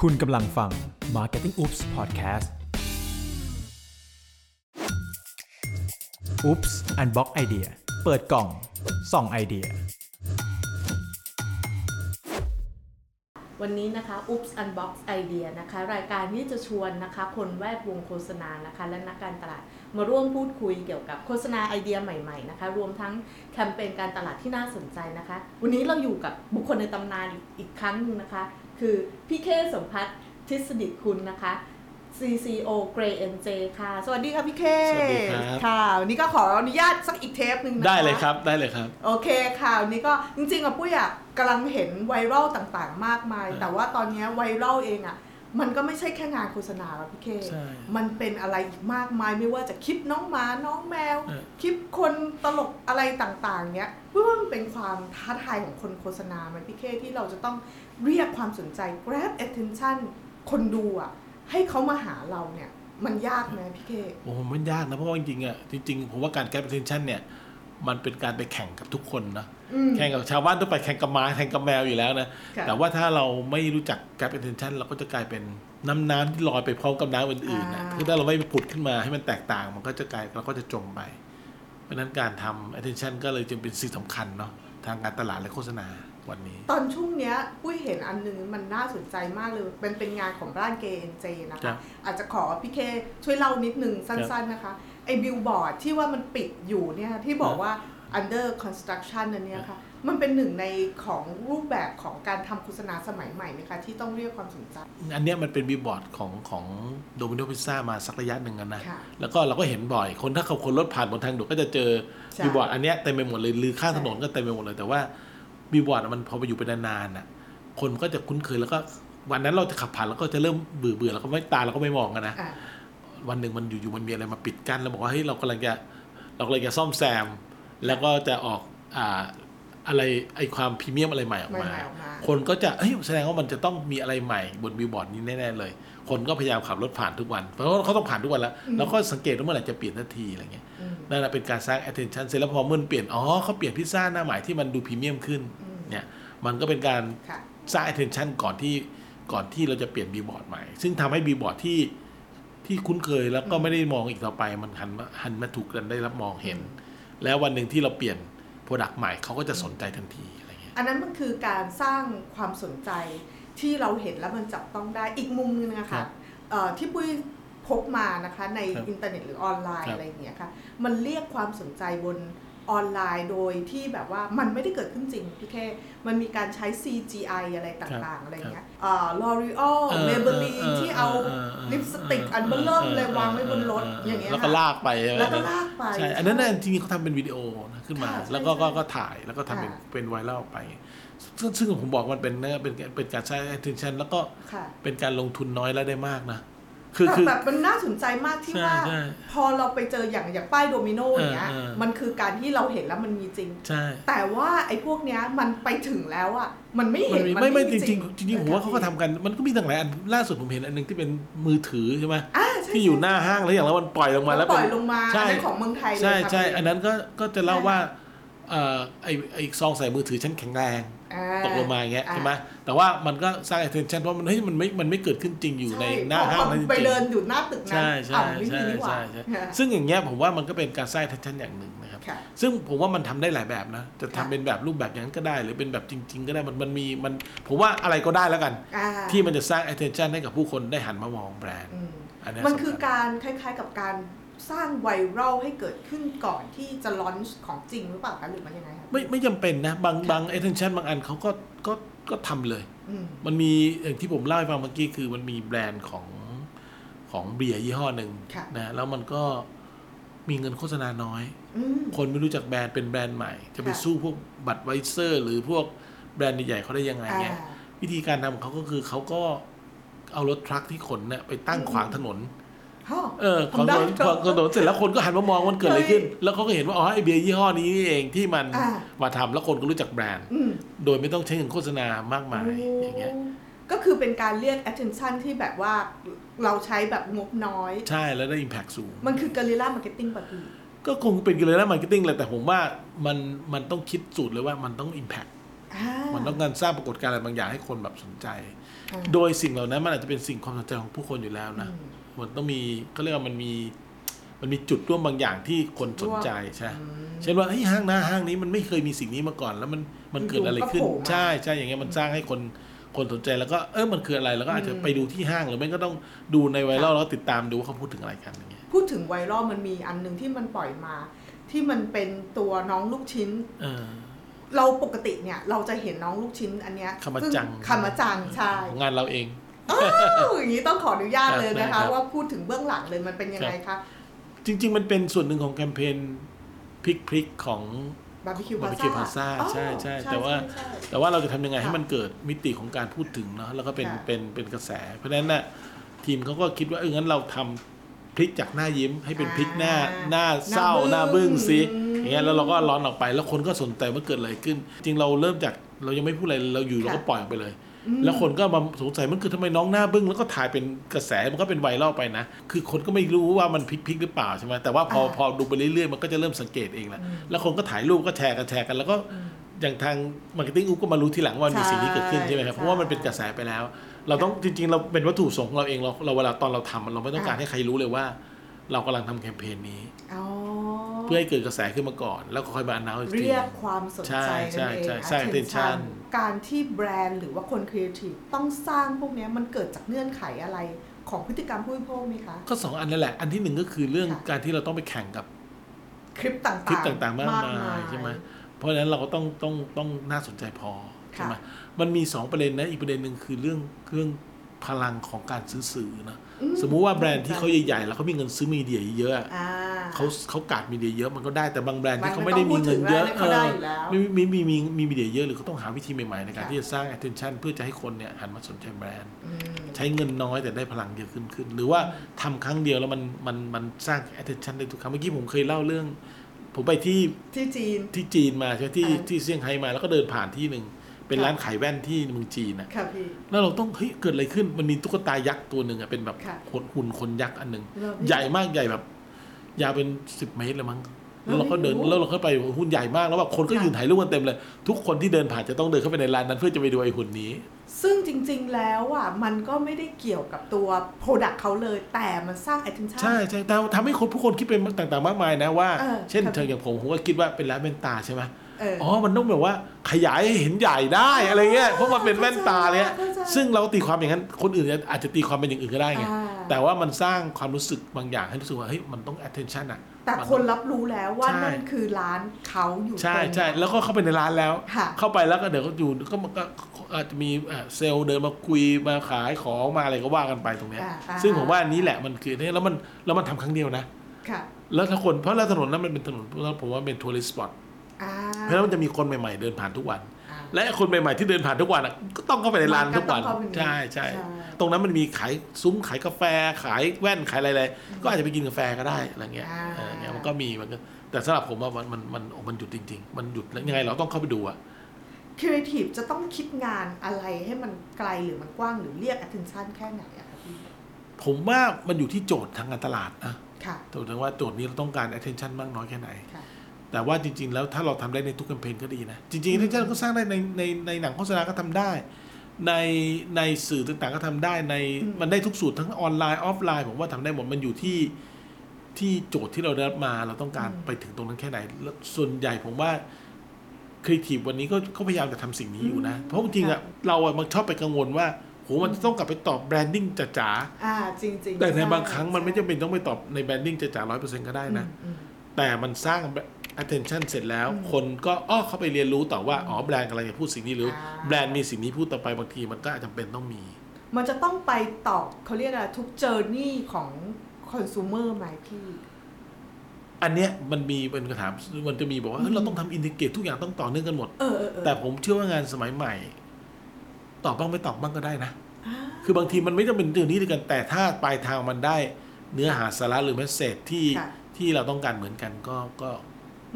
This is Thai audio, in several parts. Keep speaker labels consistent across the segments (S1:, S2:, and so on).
S1: คุณกำลังฟัง Marketing Oops Podcast Oops Unbox Idea เปิดกล่องส่องไอเดีย
S2: วันนี้นะคะ Oops Unbox Idea นะคะ รายการนี้จะชวนนะคะ คนแวดวงโฆษณานะคะ และนักการตลาดมาร่วมพูดคุยเกี่ยวกับโฆษณาไอเดียใหม่ๆนะคะ รวมทั้งแคมเปญการตลาดที่น่าสนใจนะคะ วันนี้เราอยู่กับบุคคลในตำนานอีกครั้งหนึงนะคะ คือพี่เคสมพัฒน์ทฤษฎิคุณนะคะ CCO Grey NJ ค่ะ สวัสดีค่ะพี่เค
S3: สวัสดีครับ
S2: ค่ะวันนี้ก็ขออนุญาตสักอีกเทปหนึ่งนะคะ
S3: ได้เลยครับได้เลยครับ
S2: โอเคค่ะวันนี้ก็จริงๆอะปุ้ยอะกำลังเห็นไวรัลต่างๆ มากมาย
S3: อ่า
S2: แต่ว่าตอนเนี้ยไวรัลเองอะมันก็ไม่ใช่แค่งานโฆษณาแล้วพี่เค
S3: ใช่
S2: มันเป็นอะไรอีกมากมายไม่ว่าจะคลิปน้องหมาน้องแมว
S3: อ่า
S2: คลิปคนตลกอะไรต่างๆเนี้ยปุ้ยว่ามันเป็นความท้าทายของคนโฆษณาไหมพี่เคที่เราจะต้องเรียกความสนใจ grab attention คนดูอะให้เขามาหาเราเนี่ยมันยากไหมพี่เค
S3: โอ้โหมันยากนะเพราะว่าจริงๆอ่ะจริงๆผมว่าการ grab attention เนี่ยมันเป็นการไปแข่งกับทุกคนนะ
S2: อืม
S3: แข่งกับชาวบ้านทั่วไปแข่งกับหมาแข่งกับแมวอยู่แล้วนะ
S2: ค่ะ
S3: แต่ว่าถ้าเราไม่รู้จัก grab attention เราก็จะกลายเป็นน้ำน้ำที่ลอยไปพร้อมกับน้ำอื่นๆนะ
S2: อ่า
S3: คือถ้าเราไม่ผุดขึ้นมาให้มันแตกต่าง มันก็จะกลายเราก็จะจมไป เพราะฉะนั้นการทำ attention ก็เลยจึงเป็นสิ่งสำคัญเนาะทางการตลาดและโฆษณาวันนี้
S2: ตอนช่วงเนี้ยปุ้ยเห็นอันหนึงมันน่าสนใจมากเลยมันเป็นงานของร้านเกนเจนะ
S3: ครั
S2: คะ
S3: บ
S2: อาจจะขอพี่เคช่วยเล่านิดนึงสั้นๆนะคะ ไอ้บิลบอร์ดที่ว่ามันปิดอยู่เนี่ยที่บอกว่า under construction อันเนี้ยค่ะ มันเป็นหนึ่งในของรูปแบบของการทำโฆษณาสมัยใหม่ไหมคะ ที่ต้องเรียกความสนใจ
S3: อันเนี้ยมันเป็นบิลบอร์ดของของโดมิโนพิซซ่ามาสักระยะหนึ่งแล้วนะ
S2: ค่ะ
S3: แล้วก็เราก็เห็นบ่อย คนถ้าขับคนรถผ่านบนทางด่วนก็จะเจอ
S2: ใช่
S3: บิลบอร์ดอันเนี้ยเต็มไปหมดเลยหรือข้าง
S2: ใช่
S3: ถนนก็เต็มไปหมดเลย แต่ว่าบิลบอร์ดอะมันพอไปอยู่เป็นนานๆน่ะ คนมันก็จะคุ้นเคยแล้วก็วันนั้นเราจะขับผ่านแล้วก็จะเริ่มเบื่อเบื่อแล้วก็ไม่ตาเราก็ไม่มองกันนะ
S2: อ่ะ
S3: วันหนึ่งมันอยู่ๆมันมีอะไรมาปิดกั้นแล้วบอกว่าเฮ้ยเรากำลังจะเรากำลังจะซ่อมแซม แล้วก็จะออกอ่าอะไรไอความพรีเมียมอะไรใหม่ออกมา
S2: ใหม่ๆออกมา
S3: คนก็จะเฮ้ยแสดงว่ามันจะต้องมีอะไรใหม่บนบิลบอร์ดนี้แน่ๆเลย คนก็พยายามขับรถผ่านทุกวัน เพราะว่าเขาต้องผ่านทุกวันแล้วเราก็สังเกตว่าเมื่อไหร่จะเปลี่ยนทันทีอะไรเงี้ย
S2: อืม
S3: นั่นแหละเป็นการสร้าง attention เสร็จแล้วพอมันเปลี่ยนอ๋อเขาเปลี่ยนพิซซ่าหน้าใหม่ที่มันดูพรีเมียมขึ้น
S2: อืม
S3: เนี่ยมันก็เป็นการ
S2: ค่ะ
S3: สร้าง attention ก่อนที่ก่อนที่เราจะเปลี่ยนบีบอร์ดใหม่ ซึ่งทำให้บีบอร์ดที่ที่คุ้นเคยแล้วก็ไม่ได้มองอีกต่อไป มันหันมาหันมาถูกกันได้รับมองเห็น แล้ววันหนึ่งที่เราเปลี่ยนโปรดักต์ใหม่เขาก็จะสนใจทันทีอะไรเงี้ย
S2: อันนั้นมันคือการสร้างความสนใจที่เราเห็นแล้วมันจับต้องได้อีกมุมหนึงนะ
S3: ครั
S2: คะ
S3: บ
S2: เอ่อที่ปุ้ยพบมานะคะใน
S3: ครับ
S2: อินเทอร์เน็ตหรือออนไลน์
S3: ครับ
S2: อะไรอย่างเงี้ยค่ะมันเรียกความสนใจบนออนไลน์โดยที่แบบว่ามันไม่ได้เกิดขึ้นจริงพี่แค่มันมีการใช้ CGI อะไรต่างๆอะไรเงี้ยเอ่อ L'Oreal Maybelline ที่เอาลิปสติกอันเบลเริ่มเลยวางไว้บนรถอย่างเงี้ย
S3: แล้วก็
S2: ค่ะ
S3: ลากไปใช่ไหม
S2: แล้วก็ลากไป
S3: ใช่อันนั้นน่ะจริงๆเขาทำเป็นวิดีโอนะขึ้นมา
S2: ค่ะใช่
S3: แล้วก็
S2: ใช่
S3: ก็ก็ถ่ายแล้วก็ทำเป็น
S2: ค่ะ
S3: เป็นไวรัลไป ซึ่งซึ่งผมบอกมันเป็นนะเป็นเป็นการสร้าง attention แล้วก็
S2: ค่ะ
S3: เป็นการลงทุนน้อยแล้วได้มากนะ คือ
S2: แต่
S3: คือ
S2: แบบมันน่าสนใจมากที่
S3: ใช่
S2: ว่า
S3: ใช่
S2: พอเราไปเจออย่างอย่างป้ายโดมิโนอย่างเงี้ย
S3: เออเออ
S2: มันคือการที่เราเห็นแล้วมันมีจริง
S3: ใช่
S2: แต่ว่าไอ้พวกเนี้ยมันไปถึงแล้วอ่ะมันไม่
S3: มั
S2: เห็
S3: น
S2: น
S3: มีไม่ไม่จริงจริง
S2: ๆ
S3: จริงๆผมว่าเขาก็ทำกัน มันก็มีต่างหลายอันล่าสุดผมเห็นอันหนึงที่เป็นมือถือใช่ไหม
S2: อ่าใช่
S3: ที่อยู่หน้าห้างแล้วอย่างแล้วมันปล่อยลงมาแล้ว
S2: ป
S3: เป็
S2: ล่
S3: น
S2: อยลงมา
S3: ใช่
S2: อันนั้นของเมืองไทยเลย
S3: ใช่
S2: ครับ
S3: ใช่อันนั้นก็ก็จะเล่าว่าเอ่อไอไอซองใส่มือถือฉันแข็งแรง
S2: อ่า
S3: ตกลงมาอย่างเงี้ย
S2: อ่า
S3: ใช่ไหมแต่ว่ามันก็สร้าง attention เพราะมันเฮ้ยมันไม่มันไม่เกิดขึ้นจริงอยู่ในหน้าห้าง
S2: ใช่
S3: นั้นจ
S2: ไป
S3: ริง
S2: เดินอยู่หน้าตึก
S3: ๆ
S2: นั้น
S3: ใช่ใช่
S2: อ้าวไม่มี
S3: ใช่
S2: นี่หว่า
S3: ใช่ใช่ซึ่งอย่างเงี้ยผมว่ามันก็เป็นการสร้าง attention อย่างหนึ่งนะครับ
S2: ค่ะ
S3: ซึ่งผมว่ามันทำได้หลายแบบนะ จะทำ
S2: ค่ะ
S3: เป็นแบบรูปแบบอย่างนั้นก็ได้ หรือเป็นแบบจริง ๆ ก็ได้ มันมันมีมันผมว่าอะไรก็ได้แล้วกัน
S2: อ่า
S3: ที่มันจะสร้าง attention ให้กับผู้คนได้หันมามองแบรนด์
S2: อืม
S3: อันเนี้ย
S2: มัน
S3: สำคัญ
S2: คือการคล้ายๆกับการสร้างไวรัลให้เกิดขึ้นก่อนที่จะลอนช์ของจริงหรือเปล่าคะหรือมันยังไงครับ
S3: ไม่ไม่จำเป็นนะ บางบาง attention บางอันเขาก็ก็ก็ทำเลย
S2: อืม
S3: มันมีอย่างที่ผมเล่าให้ฟังเมื่อกี้คือมันมีแบรนด์ของของเบียร์ยี่ห้อหนึ่ง
S2: ค่ะ
S3: นะแล้วมันก็มีเงินโฆษณาน้อย
S2: อืม
S3: คนไม่รู้จักแบรนด์เป็นแบรนด์ใหม่ จะไป
S2: ค่ะ
S3: สู้พวกบัตไวเซอร์ หรือพวกแบรนด์ใหญ่ๆเขาได้ยังไง
S2: อ่า
S3: เนี่ย วิธีการทำของเขาก็คือเขาก็เอารถทรัคที่ขนเนี่ยไปตั้ง
S2: อืม
S3: ขวางถนน
S2: ฮะ
S3: เออขวาง
S2: ทำได้
S3: ถนน
S2: เห
S3: ขวา
S2: รอ
S3: งถนนเสร็จแล้วคนก็หันมามองมันเกิดอะไรขึ้น แล้วเขาก็เห็นว่าอ๋อไอเบียร์ยี่ห้อนี้นี่เองที่มัน
S2: อ่า
S3: มาทำแล้วคนก็รู้จักแบรนด์
S2: อืม
S3: โดยไม่ต้องใช้เงินโฆษณามากมายอย่างเงี้ย
S2: โอ้ก็คือเป็นการเรียก attention ที่แบบว่าเราใช้แบบงบน้อย
S3: ใช่แล้วได้ impact สูง
S2: มันคือ guerrilla marketing ปกติ
S3: ก็คงเป็นกันเลยนะมาร์เก็ตติ้งแหละแต่ผมว่ามันมันต้องคิดสูตรเลยว่ามันต้อง impact มันต้องการสร้างปรากฏการณ์อะไรบางอย่างให้คนแบบสนใจ
S2: อ่า
S3: โดยสิ่งเหล่านั้นมันอาจจะเป็นสิ่งความสนใจของผู้คนอยู่แล้วนะ มันต้องมีก็เรียกว่ามันมี มันมีจุดร่วมบางอย่างที่คนสนใจใช่เช่นว่าเฮ้ยห้างหน้าห้างนี้มันไม่เคยมีสิ่งนี้มาก่อน แล้วมันมันเกิดอะไรขึ้น
S2: อยู่ๆก็โผล่มา
S3: ใช่ใช่อย่างเงี้ยมันสร้างให้คนคนสนใจแล้วก็เออมันคืออะไรแล้วก็อาจจะ
S2: อืม
S3: ไปดูที่ห้างหรือไม่ก็ต้องดูในไวรัลแล้วติดตามดูว่าเขาพูดถึงอะไรกันอย่างเงี้ย
S2: พูดถึงไวรัลมันมีอันหนึ่งที่มันปล่อยมา ที่มันเป็นตัวน้องลูกชิ้น
S3: เออ
S2: เราปกติเนี่ยเราจะเห็นน้องลูกชิ้นอันเนี้ย
S3: คำว่า
S2: ซึ่
S3: จัง
S2: คำว่าจังใช่
S3: ของงานเราเอง
S2: อ้าวอย่างนี้ต้องขออนุญาตเลยนะ
S3: ครั
S2: คะ
S3: บ
S2: ว่าพูดถึงเบื้องหลังเลยมันเป็นยังไงคะ
S3: จริง ๆ มันเป็นส่วนหนึ่งของแคมเปญพลิกพลิกของ
S2: บาร์บีคิวพา
S3: barbecue pizza
S2: ซา
S3: ใช่ใช่แต่ว่า แต่ว่าเราจะทำยังไงให้มันเกิดมิติของการพูดถึงเนาะแล้วก็เป็น
S2: ค่ะ
S3: เป็นเป็นกระแส เพราะฉะนั้นน่ะทีมเขาก็คิดว่าเอองั้นเราทำพลิกจากหน้ายิ้มให้เป็นพลิกหน้าหน้าเศร้าหน้าบึ้งซิอย่างเงี้ยแล้วเราก็ร้อนออกไปแล้วคนก็สนใจว่าเกิดอะไรขึ้น จริงเราเริ่มจากเรายังไม่พูดอะไรเราอยู่เราก็ปล่อยออกไปเลย แล้วคนก็มาสงสัยมันคือทำไมน้องหน้าบึ้งแล้วก็ถ่ายเป็นกระแสมันก็เป็นไวรัลไปนะ คือคนก็ไม่รู้ว่ามันพลิกพลิกหรือเปล่าใช่ไหมแต่ว่าพอ
S2: อ่า
S3: พอดูไปเรื่อยๆมันก็จะเริ่มสังเกตเองแหละแล้วคนก็ถ่ายรูปก็แชร์กันแชร์กันแล้วก็ อย่างทางมาร์เก็ตติ้งอุ๊บก็มารู้ทีหลังว่ามีสิ่งนี้เกิดขึ้นใช่ไหมครับเพ
S2: ใช่
S3: ราะว่ามันเป็นกระแสไปแล้ว เราต้องจริง ๆ เราเป็นวัตถุประสงค์ของเราเองเราเราเวลาตอนเราทำเราไม่ต้องการ
S2: อ่า
S3: ให้ใครรู้เลยว่า เรากำลังทำแคมเปญนี้
S2: อ๋อ
S3: เพื่อให้เกิดกระแสขึ้นมาก่อน แล้วก็ค่อยมาอนาวอีกที
S2: เรียกความสนใจ
S3: ใช่
S2: นั่นเอง
S3: ใช่ใช่
S2: อ่ะ
S3: attention
S2: การที่แบรนด์หรือว่าคนครีเอทีฟต้องสร้างพวกเนี้ยมันเกิดจากเงื่อนไขอะไรของพฤติกรรมผู้บริโภคไหมคะ
S3: ก็สองอันนั่นแหละ อันที่หนึ่งก็คือเรื่อง
S2: ค่ะ
S3: การที่เราต้องไปแข่งกับ
S2: คลิปต่างๆ
S3: คลิปต่างๆ มากมาย
S2: ย
S3: ใช่ไหมเพราะฉะนั้นเราก็ต้องต้องต้องน่าสนใจพอใช่ไหม
S2: ค่ะ
S3: มันมีสองประเด็นนะอีกประเด็นหนึ่งคือเรื่องเรื่องพลังของการซื้อสื่อนะ
S2: อื
S3: สมมุติว่าแบรนด์ที่เขาใหญ่ๆแล้วเขามีเงินซื้อมีเดียเยอะๆอะ
S2: อ่
S3: เขาเขากาดมีเดียเยอะมันก็ได้แต่บางแบรนด์
S2: มัน
S3: ที่เขา
S2: ไม่
S3: ไม่
S2: ต้
S3: ได้
S2: อง
S3: มีเงินเยอะเอ
S2: พูดถึงแล้วเขาได้
S3: อ
S2: อยู่แล้ว
S3: ไม่มีมีมีมีมีเดียเยอะหรือเขาต้องหาวิธีใหม่ๆในการ
S2: ค่ะ
S3: ที่จะสร้าง attention เพื่อจะให้คนเนี่ยหันมาสนใจแบรนด์
S2: อืม
S3: ใช้เงินน้อยแต่ได้พลังเยอะขึ้นขึ้น หรือว่าทำครั้งเดียวแล้วมันมันมันสร้าง attention ได้ทุกครั้งเมื่อกี้ผมเคยเล่าเรื่อง ผมไปที่
S2: ที่จีน
S3: ที่จีนมาใช่ไหมที่
S2: อ่า
S3: ที่เซี่ยงไฮ้มาแล้วก็เดินผ่านที่หนึ่งเป็น
S2: ค่ะ
S3: ร้านขายแว่นที่เมืองจีนน่ะ
S2: ค่ะพี่
S3: แล้วเราต้องเฮ้ยเกิดอะไรขึ้นมันมีตุ๊กตายักษ์ตัวหนึ่งอะเป็นแบบ
S2: ค่ะ
S3: หุ่นคนยักษ์อันหนึ่ง
S2: เรา
S3: ใหญ่มากใหญ่แบบ ยาวเป็นสิบเมตรเลยมั้ง
S2: แล้
S3: แล้ว วเราก็เดิน
S2: โอ้โห
S3: แล้วเราเข้าไปหุ่นใหญ่มากแล้วแบบคนก็
S2: ค่ะ
S3: ยืนถ่ายรูปกันเต็มเลย ทุกคนที่เดินผ่านจะต้องเดินเข้าไปในร้านนั้นเพื่อจะไปดูไอ้หุ่นนี้
S2: ซึ่งจริงๆแล้วอ่ะ มันก็ไม่ได้เกี่ยวกับตัวโปรดักต์เขาเลย แต่มันสร้าง attention
S3: ใช่ใช่แต่ทำให้คนผู้คนคิดเป็นต่างๆมากมายนะว่า
S2: เออ
S3: เช่น
S2: ครับ
S3: เธออย่างผมผมก็คิดว่าเป็นร้านแว่นตาใช่ไหม
S2: เอออ
S3: อ๋อมันต้องแบบว่าขยายให้เห็นใหญ่ได้อะไรเงี้ยเพราะมันเป็นแว่นตาเนี่ย
S2: เข้าใจ
S3: ซึ่งเราตีความอย่างนั้นคนอื่นอาจจะตีความเป็นอย่างอื่นก็ได้ไง
S2: อ่า
S3: แต่ว่ามันสร้างความรู้สึกบางอย่างให้รู้สึกว่าเฮ้ยมันต้อง attention อะ
S2: แต่คนรับรู้แล้วว่า
S3: ใช่
S2: นั่นคือร้านเขาอยู่
S3: ใช่
S2: ตรงนั้น
S3: ใช่แล้วก็เข้าไปในร้านแล้ว
S2: ค่ะ
S3: เข้าไปแล้วก็เดี๋ยวก็อยู่ก็มันก็อาจจะมีเอ่อเซลล์เดินมาคุยมาขายของมาอะไรก็ว่ากันไปตรงเนี้ย
S2: อ่าอ่า
S3: ซึ่งผมว่าอันนี้แหละมันคือเนี่ยแล้วมันแล้วมันทำครั้งเดียวนะ
S2: ค่ะ
S3: แล้วถ้าคนเพราะแล้วถนนนั้นมันเป็นถนนแล้วผมว่าเป็นทัวริสต์สปอต
S2: อ่า
S3: เพราะฉะนั้นมันจะมีคนใหม่ๆเดินผ่านทุกวัน
S2: อ่า
S3: และไอ้คนใหม่ๆที่เดินผ่านทุกวันอะก็ต้องเข้าไปในร้านทุกวัน
S2: มันก็ต้องเข้าไปใน
S3: ใช่ใช่
S2: ใช่
S3: ตรงนั้นมันมีขายซุ้มขายกาแฟขายแว่นขายอะไรๆก็อาจจะไปกินกาแฟก็ได้อะไรเงี้ยเอออย่างเงี้ยมันก็มีมันก็แต่สำหรับผมว่ามันมันมันโอ้มันหยุดจริง ๆ มันหยุดแล้วยังไงเราต้องเข้าไปดูอะ
S2: ครีเอทีฟจะต้องคิดงานอะไรให้มันไกลหรือมันกว้างหรือเรียก attention แค่ไหนอะคะพี่
S3: ผมว่ามันอยู่ที่โจทย์ทางการตลาดนะ
S2: ค่ะ
S3: ถูกถึงว่าโจทย์นี้เราต้องการ attention มากน้อยแค่ไหน
S2: ค่ะ
S3: แต่ว่าจริง ๆ แล้วถ้าเราทำได้ในทุกแคมเปญก็ดีนะ จริงๆ attention ก็สร้างได้ในในในหนังโฆษณาก็ทำได้ ในในสื่อต่างๆก็ทำได้ใน
S2: อืม
S3: มันได้ทุกสูตรทั้งออนไลน์ออฟไลน์ผมว่าทำได้หมดมันอยู่ที่ที่โจทย์ที่เราได้รับมาเราต้องการไปถึงตรงนั้นแค่ไหนแล้วส่วนใหญ่ผมว่าครีเอทีฟวันนี้ก็ก็พยายามจะทำสิ่งนี้อยู่นะ เพราะจริงๆอะเราอะมันชอบไปกังวลว่าโหมันจะต้องกลับไปตอบแบรนดิ้งจ๋าๆ
S2: อ่าจริงๆ
S3: แต่ในบางครั้งมันไม่จำ
S2: ใช่
S3: เป็นต้องไปตอบในแบรนดิ้งจะจ่าร้อยเปอร์เซ็นต์ก็ได้นะ
S2: อืม
S3: แต่มันสร้าง attention เสร็จแล้ว
S2: อืม
S3: คนก็อ้อเข้าไปเรียนรู้ต่อว่า อ๋อแบรนด์กำลังจะพูดสิ่งนี้หรืออา แบรนด์มีสิ่งนี้พูดต่อไปบางทีมันก็อาจจำเป็นต้องมี
S2: มันจะต้องไปตอบเขาเรียกอะไรทุกเจอร์นี่ของคอน sumer ไหมพี่
S3: อันเนี้ยมันมีเป็นคำถามมันจะมีบอกว่าเฮ้ยเราต้องทำอินทิเกตทุกอย่างต้องต่อเนื่องกันหมด
S2: เออเออเออ
S3: แต่ผมเชื่อว่างานสมัยใหม่ ตอบบ้างไม่ตอบบ้างก็ได้นะ
S2: อ่า
S3: คือบางทีมันไม่จำเป็นเรื่องนี้ด้วยกันแต่ถ้าปลายทางมันได้เนื้อหาสาระหรือเมสเซจที่
S2: ค่ะ
S3: ที่เราต้องการเหมือนกันก็ก็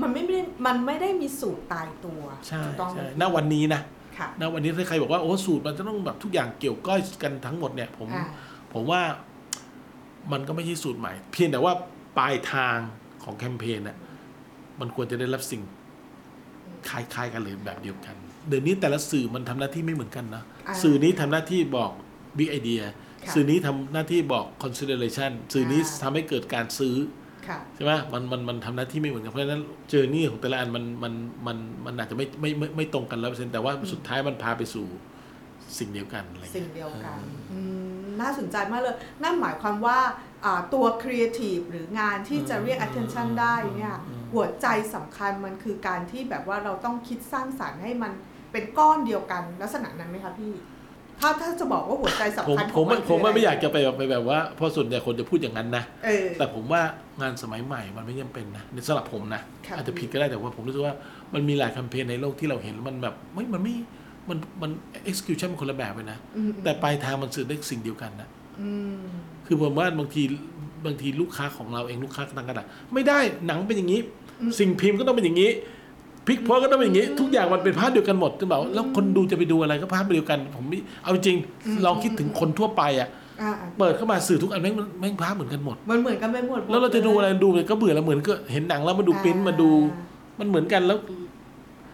S2: มันไม่ได้มันไม่ได้มีสูตรตายตัว
S3: ใช่
S2: ถูกต้องไหม
S3: ใช่ณวันนี้นะ
S2: ค่ะ
S3: นะวันนี้ถ้าใครบอกว่าโอ้สูตรมันจะต้องแบบทุกอย่างเกี่ยวก้อยกันทั้งหมดเนี่ยผม
S2: อ่า
S3: ผมว่ามันก็ไม่ใช่สูตรใหม่ เพียงแต่ว่าปลายทางของแคมเปญน่ะมันควรจะได้รับสิ่งคล้ายๆกันหรือแบบเดียวกัน เดี๋ยวนี้แต่ละสื่อมันทำหน้าที่ไม่เหมือนกันนะ
S2: า
S3: สื่อนี้ทำหน้าที่บอก บิ๊กไอเดีย
S2: ค่ะ
S3: สื่อนี้ทำหน้าที่บอก consideration สื่อนี้
S2: อ่า
S3: ทำให้เกิดการซื้อ
S2: ค่ะ
S3: ใช่ไหมมันมันมันทำหน้าที่ไม่เหมือนกันเพราะฉะนั้นเจอร์นี่ของแต่ละอันมันมันมันมันอาจจะไม่ไม่ไม่ไม่ตรงกันร้อยเปอร์เซ็นต์แต่ว่าสุดท้ายมันพาไปสู่สิ่งเดียวกันอะไรอย่าง
S2: สิ่ง
S3: เงี้ย
S2: เดียวกันมน่าสนใจมากเลย นั่นหมายความว่าอ่าตัว Creative หรืองานที่จะเรียก
S3: อืม
S2: attention ได้เนี่ย หัวใจสำคัญมันคือการที่แบบว่าเราต้องคิดสร้างสารรค์ให้มันเป็นก้อนเดียวกันลักษณะนั้นไหมคะพี่ ถ้าถ้าจะบอกว่าหัวใจสำ
S3: ผม
S2: คัญ
S3: ผมผ
S2: ของ
S3: มผมว่า
S2: คืะร
S3: ไม่อยากจะไปแบบไปแบบว่าเพราะส่วนใหญ่คนจะพูดอย่างนั้นนะ
S2: เออ
S3: แต่ผมว่างานสมัยใหม่มันไม่จำเป็นนะในสำหรับผมนะ
S2: ครับ
S3: อาจจะผิดก็ได้แต่ว่าผมรู้สึกว่ามันมีหลายแคมเปญในโลกที่เราเห็นแล้วมันแบบไม่มันไม่มันมัน execution มันคนละแบบเลยนะ
S2: อืม
S3: แต่ปลายทางมันสื่อได้สิ่งเดียวกันนะ
S2: อืม
S3: คือผมว่าบางทีบางทีลูกค้าของเราเองลูกค้าต่างกันอะไม่ได้หนังเป็นอย่างนี้
S2: อืม
S3: สิ่งพิมพ์ก็ต้องเป็นอย่างนี้พลิกโพสก็ต้องเป็นอย่างนี้ ทุกอย่างมันเป็นภาพเดียวกันหมดจะบอกว่าแล้วคนดูจะไปดูอะไรก็ภาพเดียวกัน ผมไม่เอาจริงลองคิดถึงคนทั่วไปอะ
S2: อ่า
S3: เปิดเข้ามาสื่อทุกอันแม่งแม่งภาพเหมือนกันหมด
S2: มันเหมือนกันไปหมด
S3: แล้วเราจะดูอะไรดูเลยก็เบื่อแล้วเหมือนก็เห็นหนังแล้วมาดูปริ้นท์มาดู มันเหมือนกันแล้ว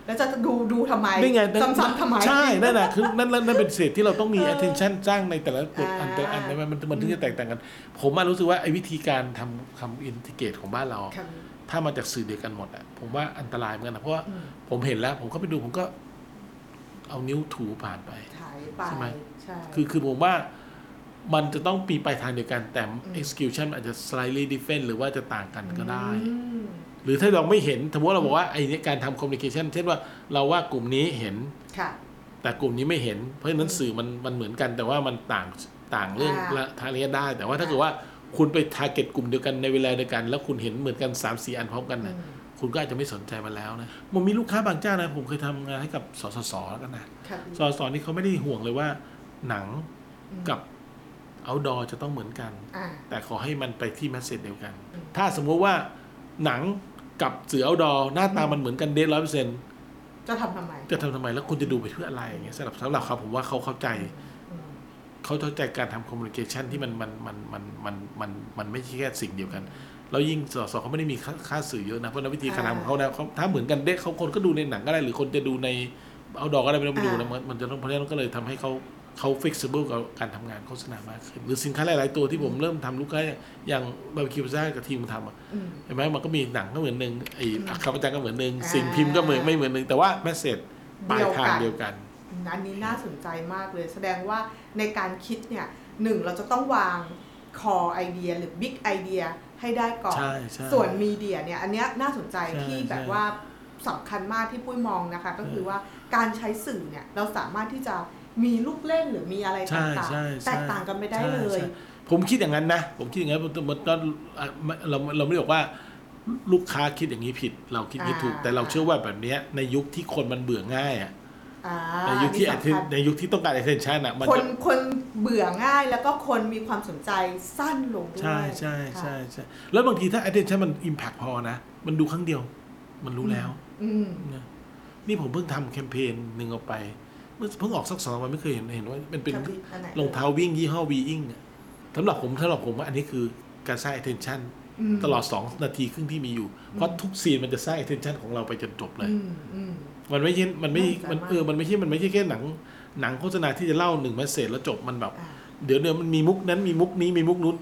S2: แล้วจะดูดูทำไม
S3: ได้ไง
S2: ซ้ำๆทำไม
S3: ใช่นั่นแหละคือนั่นนั่นนั่นเป็นเศษที่เราต้องมี attention สร้างในแต่ละบทอัน
S2: อ่า
S3: แต่ละอันนะมันมันมันถึงจะแตกต่างกัน ผมมารู้สึกว่าไอ้วิธีการทำคำ integrate ของบ้านเรา
S2: ครับ
S3: ถ้ามาจากสื่อเดียวกันหมดอะผมว่าอันตรายเหมือนกันนะเพราะว่า
S2: อืม
S3: ผมเห็นแล้ว ผมก็ไปดูผมก็เอานิ้วถูผ่านไป
S2: ถ่ายไป
S3: ใช่ไหม
S2: ใช่
S3: คือคือผมว่ามันจะต้องปีไปทางเดียวกัน แต่
S2: ม
S3: execution มันอาจจะ slightly different หรือว่าจะต่างกันก็ได้
S2: อืม
S3: หรือถ้าเราไม่เห็นสมมติเราบอกว่าไอ้เนี่ยการทำคอมมิ n i เคชันเช่นว่าเราว่ากลุ่มนี้เห็น
S2: ค่ะ
S3: แต่กลุ่มนี้ไม่เห็น เพราะฉะนั้นสื่อมันมันเหมือนกัน แต่ว่ามันต่างต่างเรื่อง
S2: อ่า
S3: ละทางเรียนได้ แต่ว่าถ้าเกิดว่าคุณไปทาร์เก็ตกลุ่มเดียวกันในเวลาเดียวกัน แล้วคุณเห็นเหมือนกัน3ามสี่อันพร้อมกันนะ
S2: อืม
S3: คุณก็อาจจะไม่สนใจมันแล้วนะผมมีลูกค้าบางเจ้านะผมเคยทำงานให้กับสสสกันนะ
S2: ค่ะ
S3: สสสนี่เขาไม่ได้ห่วงเลยว่าหนัง
S2: อืม
S3: กับ outdoor จะต้องเหมือนกัน
S2: อ่า
S3: แต่ขอให้มันไปที่แมสเซจเดียวกัน
S2: อืม
S3: ถ้าสมมุติว่าหนังกับสื่อเอาดอหน้าตามันเหมือนกันเดร้อยเปอร์เซ็นต์
S2: จะทำทำไม
S3: จะทำทำไมแล้วคุณจะดูไปเพื่ออะไรอย่างเงี้ยสำหรับสำหรับเขาผมว่าเขาเข้าใจ
S2: อืม
S3: เขาเข้าใจการทำคอมมูนิเคชันที่มันมันมันมันมันมันมันไม่ใช่แค่สิ่งเดียวกัน แล้วยิ่งสสเขาไม่ได้มีค่าค่าสื่อเยอะนะ เพราะฉะนั้นวิธีการทำของเขานะเขาถ้าเหมือนกันเด็กเขาคนก็ดูในหนังก็ได้ หรือคนจะดูในเอาดอก็ได้ไม่ต้องไปดูนะ
S2: อ่ามั
S3: นมันจะต้องเพราะฉะนั้นก็เลยทำให้เขาเขา flexible กับการทำงานโฆษณามากขึ้น หรือสินค้าหลาย ๆ ตัวที่ผมเริ่มทำลูกค้าอย่างบาร์บีคิวซ่ากับทีมทำอะ
S2: อืม
S3: เห็นไหมมันก็มีหนังก็เหมือนหนึ่งไอ้อักขระจารย์ก็เหมือนหนึ่ง
S2: อ่า
S3: สิ่งพิมพ์ก็เหมือนไม่เหมือนหนึ่งแต่ว่าแมสเซจปลายทาง
S2: เดี
S3: เดี
S2: ย
S3: ยว วกั
S2: กั
S3: น น
S2: อันนี้น่าสนใจมากเลย แสดงว่าในการคิดเนี่ยหนึ่งเราจะต้องวาง core idea หรือ big idea ให้ได้ก่อน
S3: ใช่ใช่
S2: ส่วนมีเดียเนี่ยอันเนี้ยน่าสนใจ
S3: ใช่
S2: ที่
S3: ใช่
S2: แบบว่าสำคัญมากที่ปุ้ยมองนะคะ ก็คือว่าการใช้สื่อเนี่ยเราสามารถที่จะมีลูกเล่นหรือมีอะไร
S3: ใช่
S2: ต่าง
S3: ใช่
S2: ๆแต
S3: ใช่
S2: กต่างกันไปได้
S3: ใช่
S2: เลย
S3: ใช่ผมคิดอย่างนั้นนะ ผมคิดอย่างนั้นมันก็อ่ะไม่เราเราไม่ได้บอกว่าลูกค้าคิดอย่างนี้ผิด เราคิดอย่างนี้ถูก
S2: อ่า
S3: แต่เราเชื่อว่าแบบเนี้ยในยุคที่คนมันเบื่อง่ายอ่ะ
S2: อ่า
S3: ในยุคที่
S2: อันนี้สำคัญ
S3: ในยุคที่ต้องการ attention อ่ะมัน
S2: คน
S3: จะ
S2: คนเบื่อง่ายแล้วก็คนมีความสนใจสั้นลงด้วย
S3: ใช่ใช่ใช่
S2: ค่ะ
S3: ใช่แล้วบางทีถ้า attention มัน impact พอนะ มันดูครั้งเดียว มันรู้แล้ว
S2: อืม
S3: นะนี่ผมเพิ่งทำแคมเปญหนึ่งออกไปเมื่อเพิ่งออกสักสองวันไม่เคยเห็นเห็นว่ามันเป็น
S2: ครับพี่อันไหน
S3: รองเท้าวิ่งยี่ห้อวีอิงสำหรับผมสำหรับผมว่าอันนี้คือการสร้าง attention
S2: ม
S3: ตลอด 2 นาทีครึ่งที่มีอยู่ เพราะทุกซีนมันจะสร้าง attention ของเราไปจนจบเลย
S2: อืมอืม
S3: มันไม่ใช่มันไม่
S2: น่าสนใจ
S3: มัน
S2: มาก
S3: เออมันไม่ใช่มันไม่ใช่แค่หนังหนังโฆษณาที่จะเล่าหนึ่งเมสเซจแล้วจบมันแบบ
S2: อ่า
S3: เดี๋ยวเดี๋ยวมันมีมุกนั้นมีมุกนี้มีมุกนู้น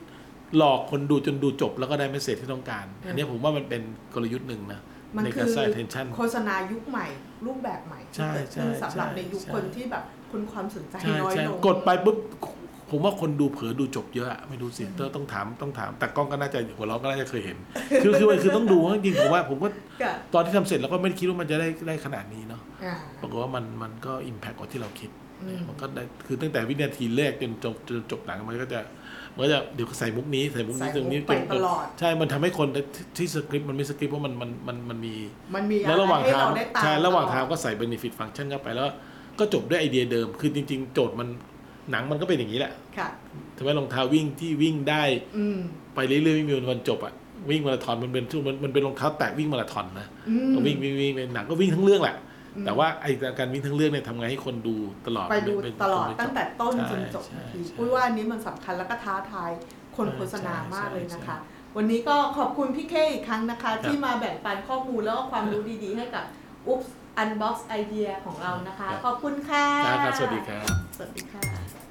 S3: หลอกคนดูจนดูจบแล้วก็ได้เมสเซจที่ต้องการ อันนี้ผมว่ามันเป็นกลยุทธ์หนึ่งนะ
S2: มัน
S3: ใน
S2: คื
S3: การ
S2: อ
S3: สร้าง attention
S2: โฆษณายุคใหม่ รูปแบบใหม่
S3: ใช่
S2: ที่เกิดขึ้น
S3: ใช่
S2: สำหรับ
S3: ใช่
S2: ในยุค
S3: ใช่
S2: คนที่แบบคนความสนใจ
S3: ใช่
S2: น้อย
S3: ใช่
S2: ลง
S3: กดไปปุ๊บผมว่าคนดูเผลอดูจบเยอะอะไม่ดูสิเตอร์ต้องถามต้องถาม แต่กล้องก็น่าจะหัวเราะก็น่าจะเคยเห็น คือคือมันคือต้องดูว่าจริงๆผมว่าผมว่า
S2: ก็
S3: ตอนที่ทำเสร็จแล้วก็ไม่ได้คิดว่ามันจะได้ได้ขนาดนี้เนาะ
S2: อ่า
S3: ปรากฏว่ามันมันก็อิมแพคกว่าที่เราคิด
S2: อืม
S3: มันก็ได้คือตั้งแต่วินาทีแรกจนจบจนจบหนังมันก็จะมันก็จะเดี๋ยวก็ใส่มุกนี้ใส่มุก
S2: ใส่
S3: นี้ตรง
S2: มุ
S3: นี้
S2: กไป
S3: จน
S2: ตลอด
S3: ใช่มันทำให้คนที่ที่สคริปต์มันไม่สคริปต์เพราะมันมันมันมันมี
S2: มันมีอไ
S3: แล้วระหว่าง
S2: ให้
S3: ทาง
S2: เได้ตม
S3: ใช่ระหว่างทาง
S2: ตลอด
S3: ก็ใส่ benefit function เข้าไปแล้ว ก็จบด้วยไอเดียเดิม คือจริง ๆ โจทย์มันหนังมันก็เป็นอย่างนี้แหละ
S2: ค่ะ
S3: ทำไมรองเท้าวิ่งที่วิ่งได้
S2: อืม
S3: ไปเรื่อยๆไม่มีวันจบอะวิ่งมาราธอนมันเป็นช่วงมันมันเป็นรองเท้าแตะวิ่งมาราธอนนะ
S2: อืม
S3: วิ่งวิ่งวิ่งหนังก็วิ่งทั้งเรื่องแหละ
S2: อืม
S3: แต่ว่าไอการวิ่งทั้งเรื่องเนี่ยทำไงให้คนดูตลอด
S2: ไปดู
S3: ม่ม่
S2: ตลอด
S3: ม่จบ
S2: ตั้งแต่ต้นจนจบ
S3: ใช่
S2: ที
S3: ใช่
S2: ปุ้ยว่าอันนี้มันสำคัญแล้วก็ท้าทายคน
S3: ใช่
S2: โฆษณามากเลยนะคะ
S3: ใช่
S2: วันนี้ก็ขอบคุณพี่เคอีกครั้งนะคะ
S3: ครับ
S2: ที่มาแบ่งปันข้อมูลแล้วก็ความรู้ดีๆให้กับ Oops Unbox Idea ของเรานะคะ
S3: ครับ
S2: ขอบคุณค่ะ
S3: ครับสวัสดีครับ
S2: สวัสดีค่ะ